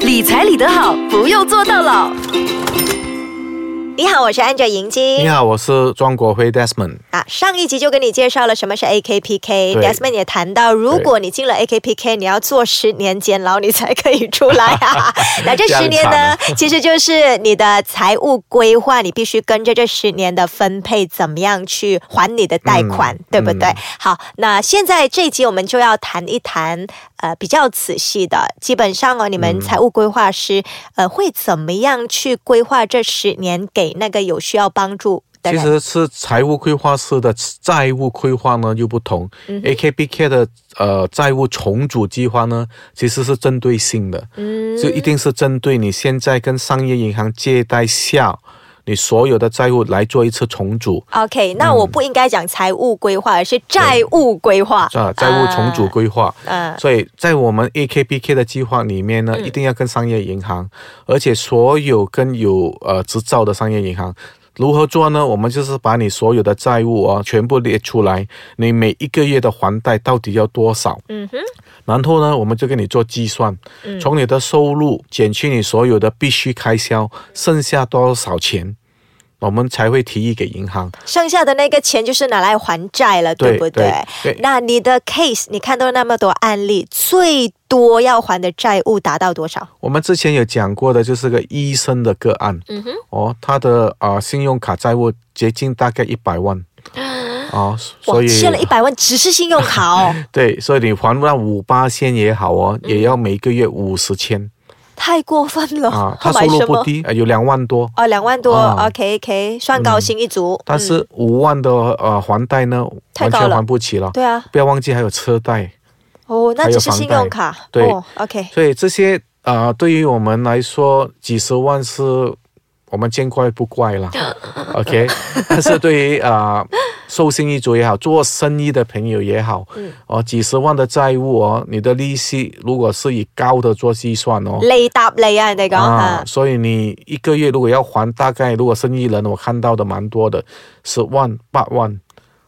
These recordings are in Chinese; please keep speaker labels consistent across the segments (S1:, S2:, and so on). S1: 理财理得好，不用做到老。
S2: 你好，我是 Angel 银
S3: 你
S2: 晶。
S3: 好，我是庄国辉 Desmond。
S2: 啊，上一集就跟你介绍了什么是 AKPK。
S3: 对
S2: Desmond 也谈到，如果你进了 AKPK，你要做十年监牢，你才可以出来 啊。那这十年
S3: 这样啊
S2: 呢，其实就是你的财务规划，你必须跟着这十年的分配，怎么样去还你的贷
S3: 嗯
S2: 款，对不对？好，那现在这一集我们就要谈一谈，呃，比较仔细的，基本上哦，你
S3: 嗯
S2: 们财务规划师，呃，会怎么样去规划这十年给那个有需要帮助的
S3: 其
S2: 人？
S3: 实是财务规划师的债务规划呢又不同、a k b k 的呃债务重组计划呢，其实是针对性的，嗯，就一定是针对你现在跟商业银行借贷下你所有的债务来做一次重组
S2: OK，那
S3: 嗯
S2: 我不应该讲财务规划，而是债务规划
S3: 啊，债务重组规划。
S2: 嗯
S3: 所以在我们 AKPK 的计划里面呢，一定要跟商业银行，而且所有跟有呃执照的商业银行。如何做呢？我们就是把你所有的债务啊全部列出来，你每一个月的还贷到底要多少？
S2: 嗯哼，嗯
S3: 然后呢，我们就给你做计算，从你的收入减去你所有的必须开销，剩下多少钱，我们才会提议给银行。
S2: 剩下的那个钱就是拿来还债了，对
S3: 对
S2: 不
S3: 对对
S2: 那你的 case，你看到那么多案例，最多要还的债务达到多少？
S3: 我们之前有讲过的，就是个医生的个案，
S2: 嗯哼，
S3: 哦，他的啊、呃信用卡债务接近大概一百万，啊、所
S2: 哇，
S3: 以
S2: 欠了一百万，只是信用卡 哦，
S3: 对，所以你还不到五八千也好哦，
S2: 嗯
S3: 也要每个月五十千
S2: 太过分了。
S3: 啊，
S2: 要
S3: 他收
S2: 买
S3: 入
S2: 哦什
S3: 不
S2: 么？
S3: 低，呃有两万多。
S2: 哦，两万多、
S3: 啊
S2: o k OK，算高薪一族。嗯、
S3: 但是五万的呃还贷呢，
S2: 太
S3: 完
S2: 高
S3: 全
S2: 了
S3: 还不起了。
S2: 对啊，
S3: 不要忘记还有车贷，
S2: 哦，那
S3: 还有
S2: 只是信用卡。
S3: 房贷对
S2: 哦、，OK，
S3: 所以这些啊、呃对于我们来说，几十万是我们见怪不怪 了。OK，但是对于啊、呃寿星一族也好，做生意的朋友也好，
S2: 嗯
S3: 哦，几十万的债务哦，你的利息如果是以高的做计算哦。
S2: 累搭累啊，人家讲
S3: 啊
S2: 哈，，
S3: 所以你一个月如果要还，大概如果生意人，我看到的蛮多的，十万、八万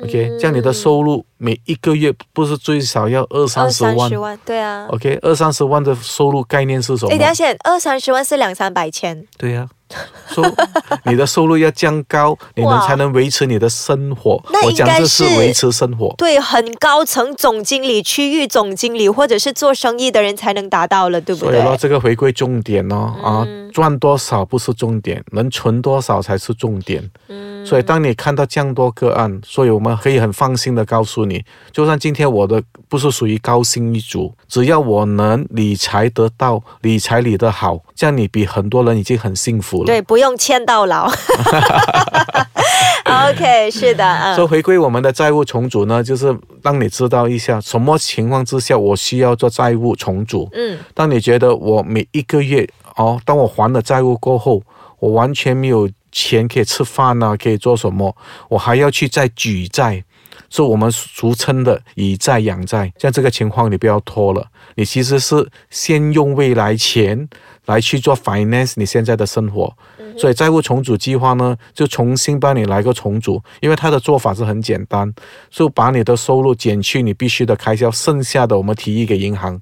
S3: ，OK，、这样
S2: 嗯
S3: 你的收入每一个月不是最少要二
S2: 二
S3: 三十
S2: 三
S3: 万
S2: 十万，对啊。
S3: OK，二三十万的收入概念是什么
S2: 哎，？等一下先，二三十万是两三百千，
S3: 对呀、收 你的收入要降高，你能
S2: 哇
S3: 才能维持你的生活
S2: 那。
S3: 我
S2: 应
S3: 讲
S2: 该
S3: 这是
S2: 是
S3: 维持生活。
S2: 对，很高层总经理、区域总经理或者是做生意的人才能达到了，对嗯不
S3: 所以
S2: 对？
S3: 咯，这个回归重点咯，啊，赚多少不是重点，能存多少才是重点。嗯，所以当你看到这样多个案，所以我们可以很放心的告诉你，就算今天我的不是属于高薪一族，只要我能理财得到，理财理得好，这样你比很多人已经很幸福了。
S2: 对，不用签到 老。OK，是的，
S3: 所以
S2: 嗯，
S3: 回归我们的债务重组呢，就是让你知道一下什么情况之下我需要做债务重组。
S2: 嗯，
S3: 当你觉得我每一个月哦，当我还了债务过后，我完全没有钱可以吃饭呐、可以做什么，我还要去再举债。是我们俗称的以债养债，像这个情况你不要拖了，你其实是先用未来钱来去做 finance 你现在的生活，所以债务重组计划呢，就重新帮你来个重组，因为它的做法是很简单，就把你的收入减去你必须的开销，剩下的我们提议给银行，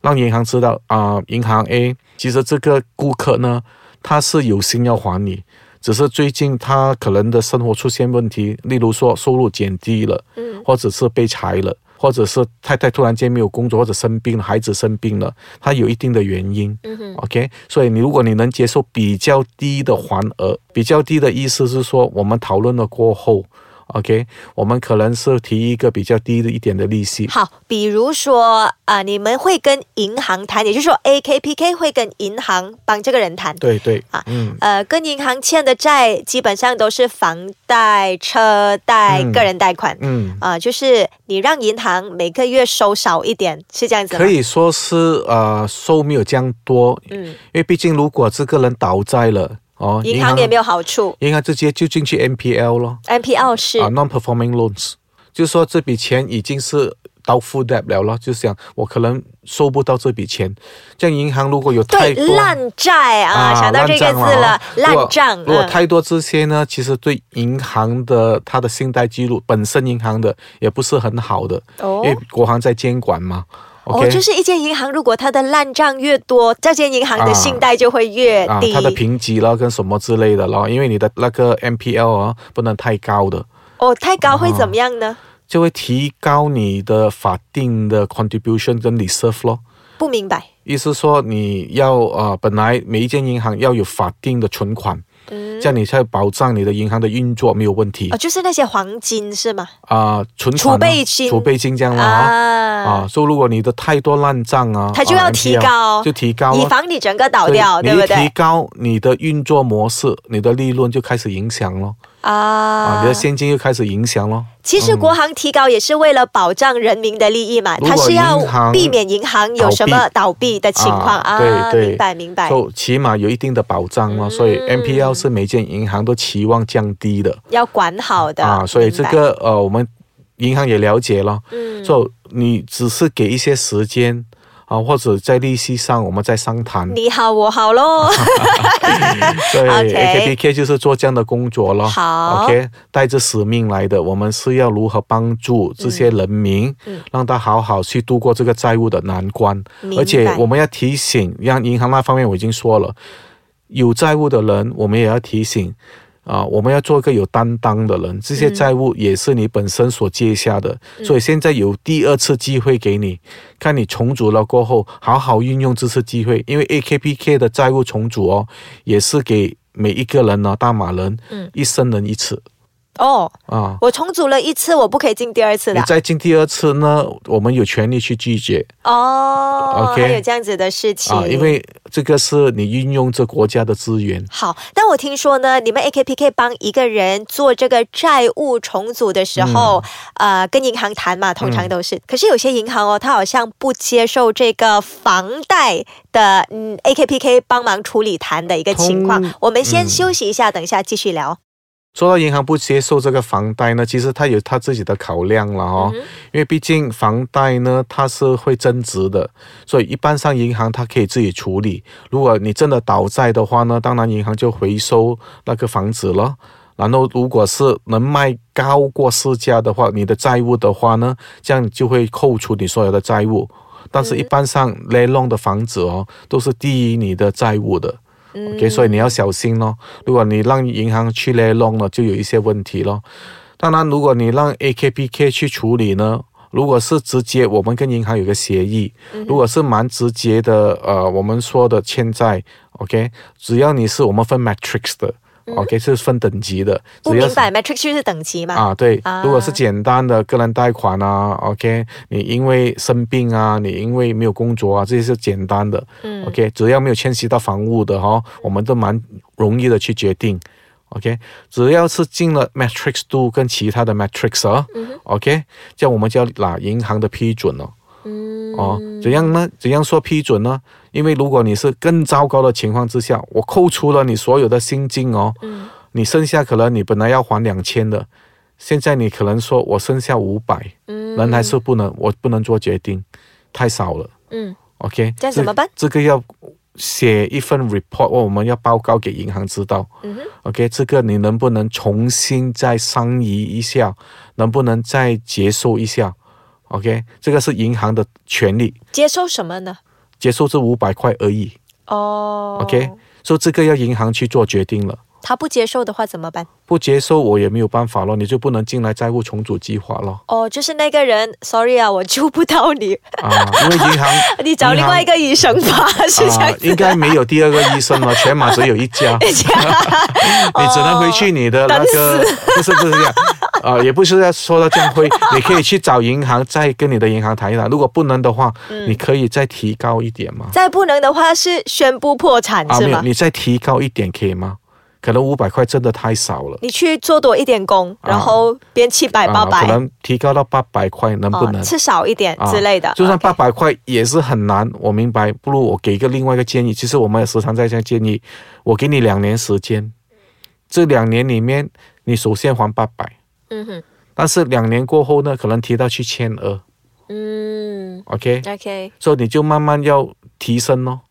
S3: 让银行知道啊、银行 A 其实这个顾客呢，他是有心要还你，只是最近他可能的生活出现问题，例如说收入减低了，
S2: 嗯，
S3: 或者是被裁了，或者是太太突然间没有工作，或者生病了，孩子生病了，他有一定的原因，
S2: 嗯哼
S3: OK，所以你如果你能接受比较低的还额，比较低的意思是说，我们讨论了过后，OK，我们可能是提一个比较低的一点的利息，
S2: 好，比如说啊、你们会跟银行谈，也就是说 AKPK 会跟银行帮这个人谈。
S3: 对对
S2: 啊，
S3: 嗯，
S2: 呃，跟银行欠的债基本上都是房贷、车贷、
S3: 嗯
S2: 个人贷款。
S3: 嗯。
S2: 啊、就是你让银行每个月收少一点，是这样子吗？
S3: 可，以说是呃收没有这样多，因
S2: 嗯，
S3: 为毕竟如果这个人倒债了哦，
S2: 银行也没有好处
S3: 银行直接就进去 NPL 咯，
S2: ，NPL 是、
S3: 啊，non-performing loans，就是说这笔钱已经是到负 debt 了咯，就是讲我可能收不到这笔钱，这样银行如果有太
S2: 对
S3: 多
S2: 烂债啊想到这个字了，烂账。
S3: 啊如果如果
S2: 嗯
S3: 太多这些呢，其实对银行的它的信贷记录本身银行的也不是很好的，
S2: 哦
S3: 因为国行在监管嘛。
S2: 哦，
S3: OK，
S2: 就是一间银行，如果它的烂账越多，这间银行的信贷就会越
S3: 啊
S2: 低。，
S3: 它的评级啦跟什么之类的啦，因为你的那个 MPL 啊不能太高的，
S2: 哦，太高会怎么样呢？
S3: 就会提高你的法定的 contribution 跟 reserve 咯。
S2: 不明白。
S3: 意思说你要呃，本来每一间银行要有法定的存款，
S2: 嗯，
S3: 这样你才保障你的银行的运作没有问题
S2: 哦，就是那些黄金是吗？
S3: 啊、存款
S2: 呃储
S3: 啊
S2: 备金
S3: 储备金这样啦啊。
S2: 啊
S3: 啊，，所以如果你的太多烂账啊，
S2: 它就要提高
S3: 啊 NPL 就提高
S2: 以
S3: 了。
S2: 防你整个倒掉，
S3: 对
S2: 对不
S3: 你一提
S2: 对？
S3: 高你的运作模式，你的利润就开始影响了啊，
S2: 啊
S3: 你的现金又开始影响了。
S2: 其实国行提高也是为了保障人民的利益嘛，
S3: 如果
S2: 它是要
S3: 银行
S2: 避免银行有什么倒闭的情况啊
S3: 啊对对
S2: 明白明白，
S3: 就起码有一定的保障
S2: 嗯
S3: 了，所以 NPL 是每间银行都期望降低的
S2: 要管好的
S3: 啊，所以这
S2: 明白
S3: 个呃，我们银行也了解了，
S2: 嗯
S3: 就你只是给一些时间啊，或者在利息上我们再商谈，
S2: 你好我好喽，
S3: 对
S2: OK
S3: ，AKPK 就是做这样的工作了。
S2: 好
S3: o k 带着使命来的，我们是要如何帮助这些人民，
S2: 嗯嗯
S3: 让他好好去度过这个债务的难关。
S2: 明白
S3: 而且我们要提醒，让银行那方面我已经说了，有债务的人，我们也要提醒。啊，我们要做一个有担当的人，这些
S2: 嗯
S3: 债务也是你本身所借下的，所以现在有第二次机会给你，看你重组了过后，好好运用这次机会，因为 AKPK 的债务重组哦，也是给每一个人呢、哦大马人，
S2: 嗯
S3: 一生人一次
S2: 哦，
S3: 啊。
S2: 我重组了一次，我不可以进第二次的
S3: 你再进第二次呢，我们有权利去拒绝
S2: 哦
S3: OK
S2: 还有这样子的事情
S3: 啊，因为这个是你运用这国家的资源。
S2: 好，但我听说呢，你们 AKPK 帮一个人做这个债务重组的时候，
S3: 嗯
S2: 呃，跟银行谈嘛，通常都是。可是有些银行哦，它好像不接受这个房贷的，嗯，AKPK 帮忙处理谈的一个情况
S3: 通。
S2: 我们先
S3: 嗯
S2: 休息一下，等一下继续聊。
S3: 说到银行不接受这个房贷呢，其实它有它自己的考量了哦，因为毕竟房贷呢它是会增值的，所以一般上银行它可以自己处理。如果你真的倒债的话呢，当然银行就回收那个房子了。然后，如果是能卖高过市价的话，你的债务的话呢，这样就会扣除你所有的债务。但是，一般上 l e l o n 的房子哦，都是低于你的债务的。OK，所以你要小心咯。如果你让银行去勒弄了，就有一些问题咯。当然，如果你让 AKPK 去处理呢，如果是直接我们跟银行有个协议，如果是蛮直接的，呃，我们说的欠债，OK，只要你是我们分 matrix 的，OK，是分等级的，
S2: 不
S3: 只要
S2: 明
S3: 是。
S2: 白，matrix 就是等级嘛。
S3: 嗯啊，对
S2: 啊，
S3: 如果是简单的个人贷款啊，OK，你因为生病啊，你因为没有工作啊，这些是简单的、
S2: 嗯
S3: o k 只要没有牵涉到房屋的哈、我们都蛮容易的去决定，OK，只要是进了 Matrix Two 跟其他的 Matrix 啊、o k 这样我们就要拿银行的批准了。
S2: 嗯
S3: 哦，怎样呢？怎样说批准呢？因为如果你是更糟糕的情况之下，我扣除了你所有的薪金哦，
S2: 嗯
S3: 你剩下可能你本来要还两千的，现在你可能说我剩下五百，
S2: 嗯
S3: 人还是不能，我不能做决定，太少了。
S2: 嗯，
S3: OK，
S2: 这样怎么办
S3: 这个要写一份 report，我们要报告给银行知道。
S2: 嗯哼
S3: OK，这个你能不能重新再商议一下，能不能再接受一下？OK，这个是银行的权利。
S2: 接受什么呢？
S3: 接受这五百块而已。
S2: 哦
S3: OK，所以这个要银行去做决定了，
S2: 他不接受的话怎么办？
S3: 不接受我也没有办法了，你就不能进来债务重组计划了
S2: 哦，就是那个人，sorry 啊，我救不到你，
S3: 啊，因为银行
S2: 你找另外一个医生吧，是这
S3: 啊
S2: 样，子。
S3: 应该没有第二个医生了，全马只有一 家，你
S2: 哦
S3: 只能回去你的那个，不是不是 这样，啊，也不是要说到这样会，你可以去找银行再跟你的银行谈一谈，如果不能的话，
S2: 嗯
S3: 你可以再提高一点嘛，
S2: 再不能的话是宣布破产
S3: 啊，
S2: 是
S3: 没有，
S2: 吗？
S3: 你再提高一点可以吗？可能五百块真的太少了。
S2: 你去做多一点工，
S3: 啊
S2: 然后变七百哦八
S3: 啊，可
S2: 百，
S3: 能提高到八百块，能不能？
S2: 吃少一点
S3: 啊
S2: 之类的。
S3: 就算
S2: OK
S3: 八百块也是很难，我明白。不如我给一个另外一个建议，其实我们也时常在这样建议，我给你两年时间，
S2: 嗯
S3: 这两年里面你首先还八百，
S2: 嗯哼，
S3: 但是两年过后呢，可能提到去千二
S2: 嗯
S3: ，OK，
S2: ，OK，
S3: 所以你就慢慢要提升咯。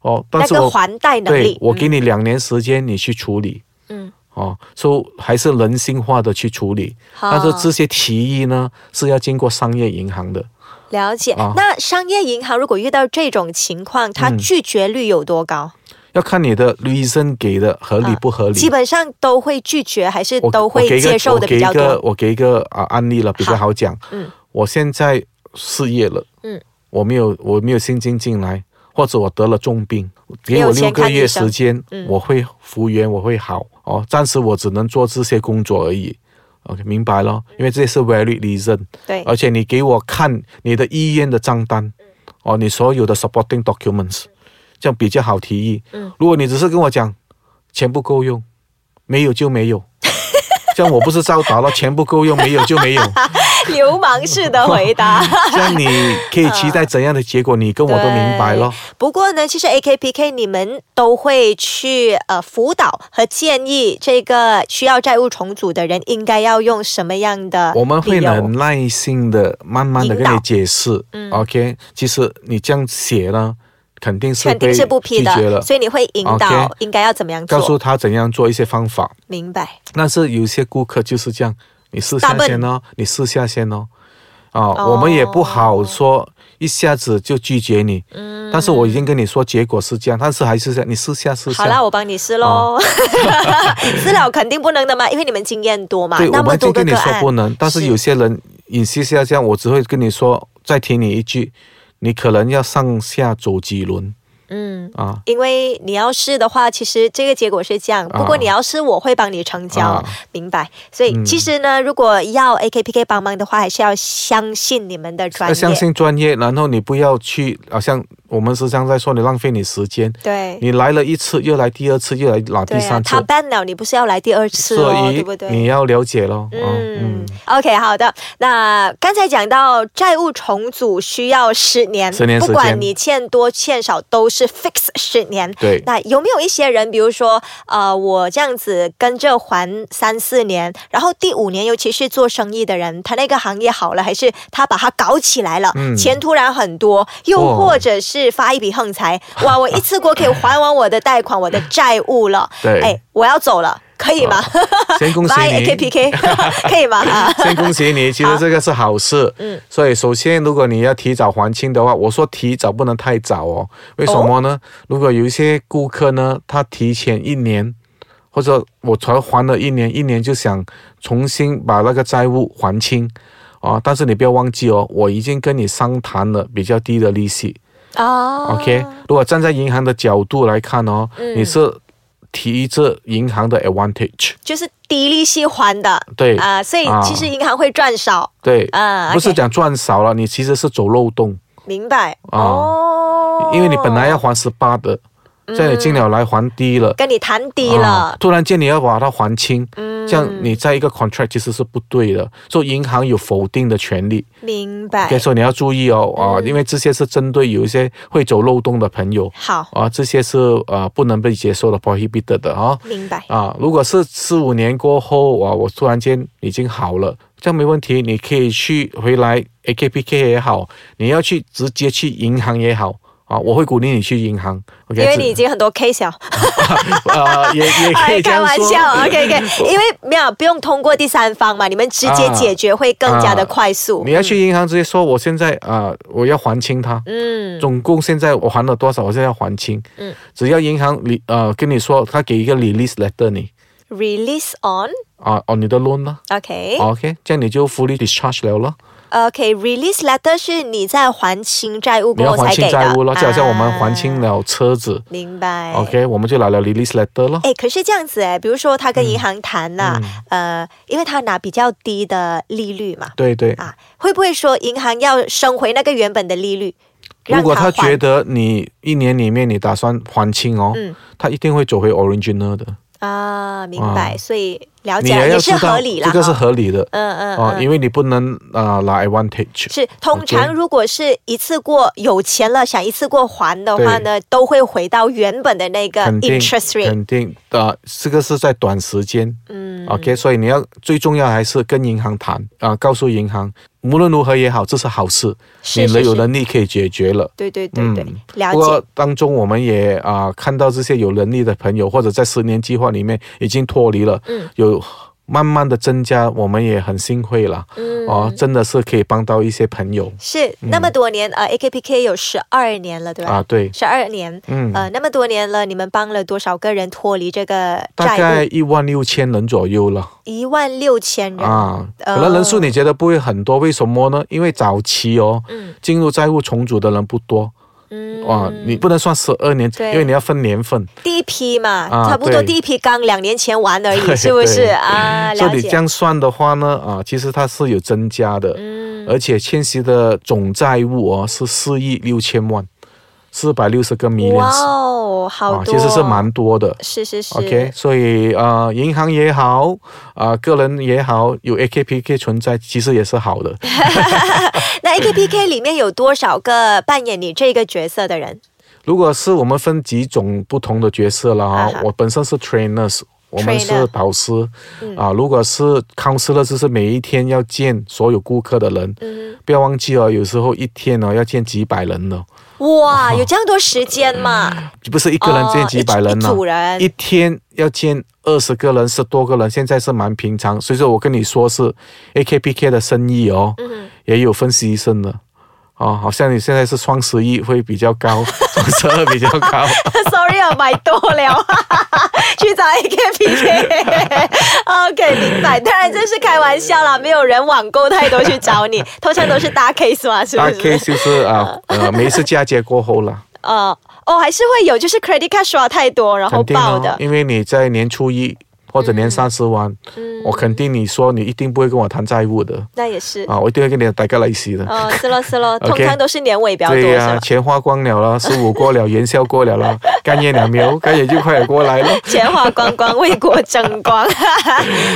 S3: 哦，但
S2: 那
S3: 是我
S2: 个还贷能
S3: 对
S2: 力，
S3: 我给你两年时间，你去处理。
S2: 嗯，
S3: 哦，所以还是人性化的去处理，
S2: 好
S3: 但是这些提议呢是要经过商业银行的，
S2: 了解。
S3: 啊嗯
S2: 那商业银行如果遇到这种情况，它拒绝率有多高？
S3: 要看你的医生给的合理不合理。
S2: 基本上都会拒绝，还是
S3: 我
S2: 都
S3: 我
S2: 会
S3: 给一个
S2: 接受的比较多？
S3: 我给一个我给一个啊、案例了，比较好讲。
S2: 嗯，
S3: 我现在失业了，
S2: 嗯，
S3: 我没有我没有薪金进来，或者我得了重病，
S2: 没
S3: 给
S2: 有
S3: 我
S2: 钱
S3: 六个
S2: 看医
S3: 月
S2: 生嗯
S3: 时间，我会复原，我会好哦。暂时我只能做这些工作而已。OK，明白了，因为这是 very reason。
S2: 对，
S3: 而且你给我看你的医院的账
S2: 嗯
S3: 单，哦，你所有的 supporting documents，这样比较好提议。
S2: 嗯
S3: 如果你只是跟我讲钱不够用，没有就没 有，这样我不是照打了钱不够用，没有就没 有，
S2: 流氓式的回 答。
S3: 这样你可以期待怎样的结果？你跟我都明白了。
S2: 不过呢，其实 AKPK 你们都会去呃辅导和建议这个需要债务重组的人应该要用什么样的
S3: 我们会
S2: 理由
S3: 很耐心的、慢慢的
S2: 引
S3: 跟
S2: 导
S3: 你解释。OK，其
S2: 嗯
S3: 实你这样写呢，肯定是
S2: 肯定
S3: 被
S2: 是不批
S3: 拒绝
S2: 的，
S3: 了。
S2: 所以你会引导
S3: OK
S2: 应该要怎么样
S3: 告
S2: 做
S3: 诉。他怎样做一些方法，
S2: 明白，
S3: 但是有些顾客就是这样，你试
S2: 大
S3: 下
S2: 笨
S3: 先哦，你试下先哦。啊，
S2: 哦
S3: 我们也不好说一下子就拒绝你，
S2: 嗯
S3: 但是我已经跟你说结果是这样，但是还是这样，你试下试下。
S2: 好啦，我帮你试喽。 私了肯定不能的嘛，因为你们经验多嘛
S3: 啊对，，
S2: 那
S3: 我
S2: 么
S3: 们
S2: 多
S3: 就
S2: 个
S3: 跟你
S2: 个
S3: 说
S2: 案。
S3: 不能，但是
S2: 是
S3: 有些人隐私下这样，我只会跟你说，再提你一句，你可能要上下走几轮
S2: 嗯，
S3: 啊。
S2: 因为你要试的话，其实这个结果是这样。不过
S3: 啊
S2: 你要试，我会帮你成交，
S3: 啊嗯
S2: 明白？所以其实呢，如果要 AKPK 帮忙的话，还是要相信你们的专业。
S3: 要相信专业，然后你不要去，好像我们时常在说，你浪费你时间，
S2: 对，
S3: 你来了一次，又来第二次，又来拿
S2: 对
S3: 第
S2: 啊，
S3: 三次
S2: 他，ban 了，你不是要来第二次
S3: 所
S2: 哦，
S3: 以
S2: 对不对？
S3: 你要了解咯。啊
S2: 嗯，OK，好的。那刚才讲到债务重组需要十年，
S3: 10年时
S2: 不
S3: 间
S2: 管你欠多欠少都是 fix 十年。
S3: 对
S2: 那有没有一些人，比如说，呃，我这样子跟着还三四年，然后第五年，尤其是做生意的人，他那个行业好了，还是他把它搞起来了，
S3: 嗯
S2: 钱突然很多，又
S3: 哇
S2: 或者是发一笔横财，哇，我一次过可以还完我的贷款，我的债务了，
S3: 对
S2: 哎，我要走了，可以吗？
S3: 先 恭喜
S2: Bye
S3: 你
S2: AKPK，可以吗？啊
S3: 先恭 喜你，其实这个是好事。
S2: 嗯，
S3: 所以首先，如果你要提早还清的话，我说提早不能太早哦。为什么呢？如果有一些顾客呢，他提前一年，或者我才还了一年，一年就想重新把那个债务还清。啊、但是你不要忘记哦，我已经跟你商谈了比较低的利息。
S2: 哦嗯
S3: OK，如果站在银行的角度来看哦，你是提着银行的 advantage，
S2: 就是低利息还的
S3: 对、
S2: 啊、所以
S3: 啊
S2: 其实银行会赚少
S3: 对，
S2: 啊，
S3: 不是
S2: OK，
S3: 讲赚少了，你其实是走漏洞，
S2: 明白
S3: 啊
S2: 哦，
S3: 因为你本来要还十八的，这样你进了来还低了。
S2: 跟你谈低了，嗯
S3: 啊突然间你要把它还清，这样你在一个 contract 其实是不对的，所以银行有否定的权利。
S2: 明白
S3: OK，所以你要注意哦，啊，
S2: 嗯
S3: 因为这些是针对有一些会走漏洞的朋友，
S2: 好
S3: 啊，这些是呃不能被接受的 prohibited 的啊。
S2: 明白
S3: 啊，如果是四五年过后啊，我突然间已经好了，这样没问题，你可以去回来 AKPK 也好，你要去直接去银行也好啊，我会鼓励你去银行，OK，
S2: 因为 你已经很多 case 了，哎
S3: 这呃也也可以这
S2: 开
S3: 样
S2: 玩
S3: 说，
S2: 笑，OK 啊 OK，因为 没有不用通过第三方嘛，你们直接
S3: 啊
S2: 解决会更加的
S3: 啊
S2: 快速。
S3: 你要去银行直接说我现在啊、呃我要还清它，
S2: 嗯，
S3: 总共现在我还了多少，我现在要还清，
S2: 嗯，
S3: 只要银行你呃跟你说，他给一个 release letter 你
S2: release on
S3: 啊哦你的 loan 呢、
S2: OK，
S3: OK，这样你就 fully discharge 了咯。
S2: OK，release、letter 是你在还清债务
S3: 你
S2: 过
S3: 要
S2: 后
S3: 还
S2: 才
S3: 清
S2: 给的，
S3: 债务了，就好像我们还清
S2: 啊、
S3: 了车子、
S2: 明白。
S3: o k 我们就来了 release letter 咯。
S2: 哎哎，可是这样子哎，比如说他跟银行谈呐、
S3: 嗯
S2: 呃，因为他拿比较低的利率嘛，
S3: 对对，
S2: 啊，会不会说银行要升回那个原本的利率？让
S3: 如果
S2: 他
S3: 他觉
S2: 还
S3: 得你一年里面你打算还清哦，
S2: 嗯
S3: 他一定会走回 original 的，
S2: 啊，明白，
S3: 啊
S2: 所以了
S3: 你
S2: 解了哦
S3: 要
S2: 也
S3: 知
S2: 是
S3: 道
S2: 合理啦，
S3: 这个是
S2: 哦
S3: 合理的
S2: 嗯嗯
S3: 哦、
S2: 嗯。
S3: 因为你不能啊、呃拿 advantage。
S2: 是，通常
S3: OK
S2: 如果是一次过有钱了，想一次过还的话呢，都会回到原本的那个
S3: 肯定
S2: interest rate。
S3: 肯定啊、呃这个是在短时间，嗯，OK，所以你要最重要还是跟银行谈啊、告诉银行，无论如何也好，这是好事，
S2: 是
S3: 你
S2: 是
S3: 能有
S2: 是，
S3: 能力可以解决了。
S2: 对对对对，
S3: 嗯
S2: 了
S3: 不
S2: 解。
S3: 过当中我们也啊、看到这些有能力的朋友，或者在十年计划里面已经脱离了，
S2: 嗯
S3: 有慢慢的增加，我们也很幸会了。嗯，哦，真的是可以帮到一些朋友
S2: 是那么多年，呃，AKPK 有十二年了，对吧？
S3: 嗯啊，对，
S2: 十二年，
S3: 嗯
S2: 呃，那么多年了，你们帮了多少个人脱离这个债
S3: 大概
S2: 务？
S3: 一万六千人左右了。
S2: 一万六千人，
S3: 啊，
S2: 呃
S3: 可能人数你觉得不会很多，为什么呢？因为早期哦，
S2: 嗯
S3: 进入债务重组的人不多。
S2: 嗯
S3: 哇，你不能算十二年，
S2: 对
S3: 因为你要分年份，
S2: 第一批嘛，
S3: 啊
S2: 差不多
S3: 对
S2: 第一批刚两年前完而已，
S3: 对
S2: 是不是
S3: 对
S2: 啊？
S3: 所
S2: 了
S3: 以你这
S2: 解，
S3: 样算的话呢，啊，其实它是有增加的，
S2: 嗯，
S3: 而且千禧的总债务哦是四亿六千万，四百六十个 millions，
S2: 哇哦，好
S3: 啊，
S2: 多，
S3: 其实是蛮多的。
S2: 是是是
S3: OK，所以呃，银行也好，啊、个人也好，有 AKPK 存在，其实也是好的。
S2: 那 AKPK 里面有多少个扮演你这个角色的人？
S3: 如果是我们分几种不同的角色了
S2: 啊
S3: 哈
S2: 哈，
S3: 我本身是 trainers。我们
S2: Trainer 嗯
S3: 是导师啊，如果是 counselor，就是每一天要见所有顾客的人，
S2: 嗯
S3: 不要忘记哦，有时候一天呢、要见几百人呢，
S2: 哇，有这样多时间嘛？
S3: 不是一个人见
S2: 哦
S3: 几百人
S2: 一
S3: 呢、
S2: 组人
S3: 一天要见二十个人、十多个人，现在是蛮平常。所以说我跟你说是 AKPK 的生意哦，
S2: 嗯
S3: 也有分析生的哦，好像你现在是双十一会比较高，双十二比较高。
S2: Sorry 啊，买多了， 去找 AKPK。OK，明白。当然这是开玩笑啦，没有人网购太多去找 你，通常都是大 case 嘛， 是不
S3: 大
S2: 是？
S3: case 就是 啊，呃，每一次嫁接过后了，
S2: 呃，哦，还是会有，就是 credit card 刷太多然后
S3: 肯定
S2: 爆
S3: 哦
S2: 的，。
S3: 因为你在年初一或者年三十晚，
S2: 嗯
S3: 我肯定你说你一定不会跟我谈债务的
S2: 那也是，
S3: 啊，我一定会跟你打个利息的。
S2: 嗯，是咯是咯，通
S3: OK
S2: 常都是年尾比较多，是
S3: 对呀、
S2: 吧？
S3: 钱花光 了啦，十五过了，元宵过了啦，干爷了没有？干爷就快点过来了。
S2: 钱花光光，为国争 光。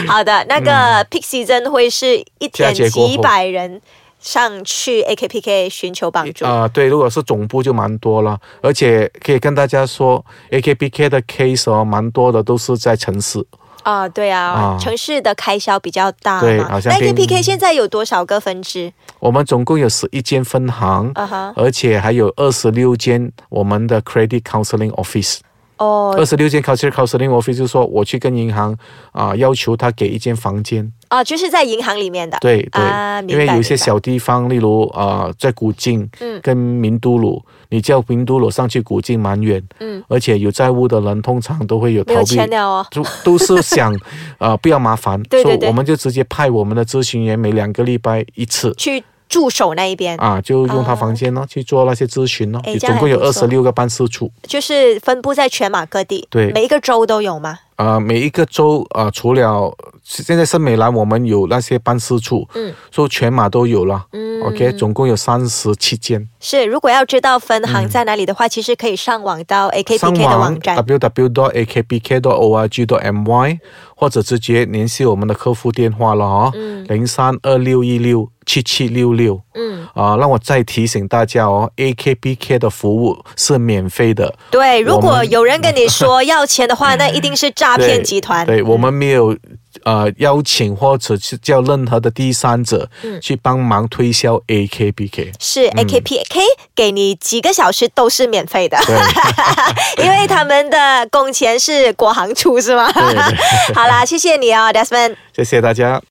S2: 好的，那个
S3: 嗯
S2: Peak Season 会是一天
S3: 佳节过后
S2: 几百人上去 AKPK 寻求帮助。
S3: 啊、对，如果是总部就蛮多了，而且可以跟大家说，AKPK 的 case 哦，蛮多的都是在城市，
S2: 啊，对啊，
S3: 啊
S2: 城市的开销比较大
S3: 对
S2: 嘛。
S3: 好像
S2: 那
S3: 并
S2: AKPK 现在有多少个分支？
S3: 我们总共有十一间分行，
S2: 啊哈，
S3: 而且还有二十六间我们的 Credit Counseling Office，二
S2: 哦，
S3: 十六间 Credit Counseling Office 就是说我去跟银行啊、要求他给一间房间，
S2: 啊，就是在银行里面的。
S3: 对对，
S2: 啊明白
S3: 因为有一些
S2: 明白
S3: 小地方，例如啊、在古晋，
S2: 嗯
S3: 跟民都鲁，你叫民都鲁上去古晋蛮远，
S2: 嗯，
S3: 而且有债务的人通常都会有
S2: 没
S3: 逃
S2: 有
S3: 避。
S2: 钱了哦。
S3: 都都是想， 呃，不要麻烦，
S2: 对对
S3: 所以
S2: 对
S3: 我们就直接派我们的咨询员每两个礼拜一次，
S2: 去驻守那一边，
S3: 啊，就用
S2: 啊
S3: 他房间咯，去做那些咨询咯
S2: 诶。
S3: 也
S2: 这样
S3: 总共有
S2: 还不
S3: 二
S2: 错
S3: 十六个办事处，
S2: 就是分布在全马各地，
S3: 对
S2: 每一个州都有吗？
S3: 啊，每一个州啊，呃除了现在圣美兰我们有那些办事处，
S2: 嗯，
S3: 所以全马都有了。
S2: 嗯
S3: OK，总共有三十七间，
S2: 是，如果要知道分
S3: 嗯
S2: 行在哪里的话，其实可以上网到 AKPK 的网
S3: 啊
S2: 站。
S3: www.akpk.org.my，或者直接联系我们的客服电话了哦，零三二六一六七七六六。
S2: 嗯，
S3: 啊，让我再提醒大家哦，AKPK 的服务是免费的，
S2: 对，如
S3: 我
S2: 果
S3: 们
S2: 有人跟你说要钱的话，那一定是诈骗
S3: 对
S2: 集团。嗯
S3: 对我们没有呃邀请或者是叫任何的第三者
S2: 嗯
S3: 去帮忙推销 AKBK。
S2: 是 AKPK 给你几个小时都是免费的，
S3: 对，
S2: 因为他们的工钱是国行出，是吗？
S3: 对
S2: 好啦，谢谢你哦，Desmond。
S3: 谢谢大家。